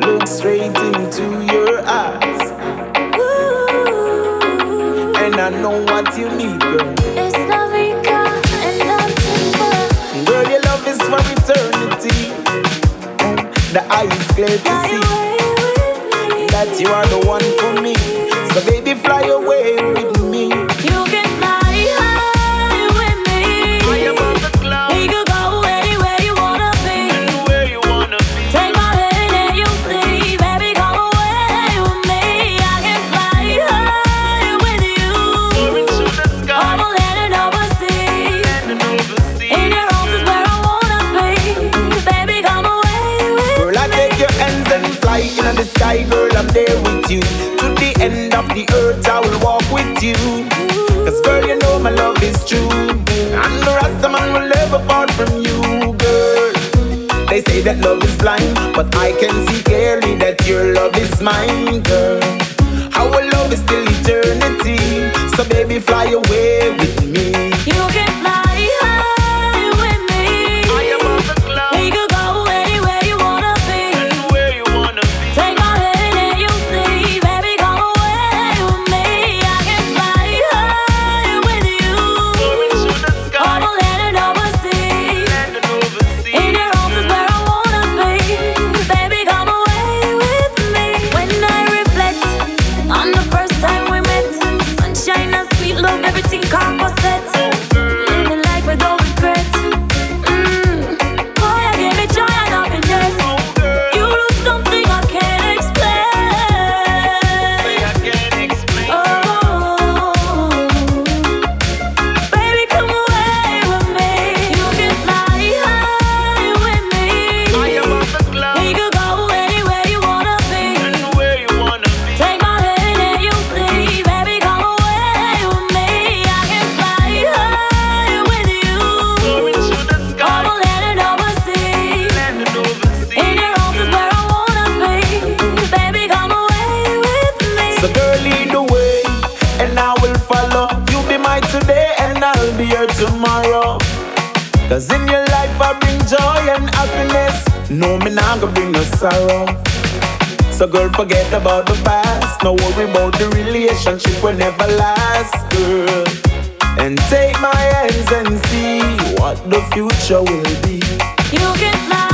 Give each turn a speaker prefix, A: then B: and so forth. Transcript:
A: Look straight into your eyes, and I know what you need, girl.
B: It's Navrika and nothing but
A: Girl, your love is for eternity, and the eye is clear to
B: Fly
A: see
B: away with me
A: that you are the one for me. So baby, fly away with me.
B: You can fly high with me
C: Fly above the clouds
B: We could go anywhere you wanna be
C: to where you wanna be.
B: Take my hand and you'll see, baby, come away with me. I can fly high with you.
C: Soaring to the sky
B: Overland and overseas,
C: and overseas.
B: in your arms is where I wanna be. Baby, come away with
A: Girl, I take your hands and fly in the sky, girl, I'm there with you. To the end of the earth, I will walk with you. Cause girl, you know my love is true. And the rest of man will never part from you, girl. They say that love is blind, but I can see clearly that your love is mine, girl. Our love is till eternity. So baby, fly away with me.
B: you. can fly high with
C: Fly
B: me.
C: above the
B: We
C: clouds
B: could go anywhere you wanna be.
C: to where you wanna be.
B: Take my hand and you'll see, baby, come away with me. I can fly high with
C: Soaring
B: you.
C: to the sky
B: Overland and overseas.
C: and overseas.
B: In your arms is where I wanna be. Baby, come away with me. When I reflect on the first time we met, sunshine and sweet love, everything calm was set. Living life with no regrets. Mm. Boy, I gave me joy and happiness.
C: Oh, girl,
B: You do something I can't explain.
C: I can't explain.
B: Oh, baby, come away with me. You can fly high with
C: Fly
B: me.
C: above the
B: We
C: clouds
B: could go anywhere you wanna be.
C: to where you wanna be.
B: Take my hand and you'll see, baby, come away with me. I can fly high with you.
C: Soaring to the sky
B: Overland and overseas.
C: and overseas.
B: In your arms is where I wanna be. Baby, come away with me.
A: So girl, lead the way, and I will follow. You be my today, and I'll be your tomorrow. Cause in your life I bring joy and happiness. No, me not gonna bring no sorrow. So girl, forget about the past. No worry about the relationship will never last, girl. And take my hands and see what the future will be.
B: You can fly Oh. Oh.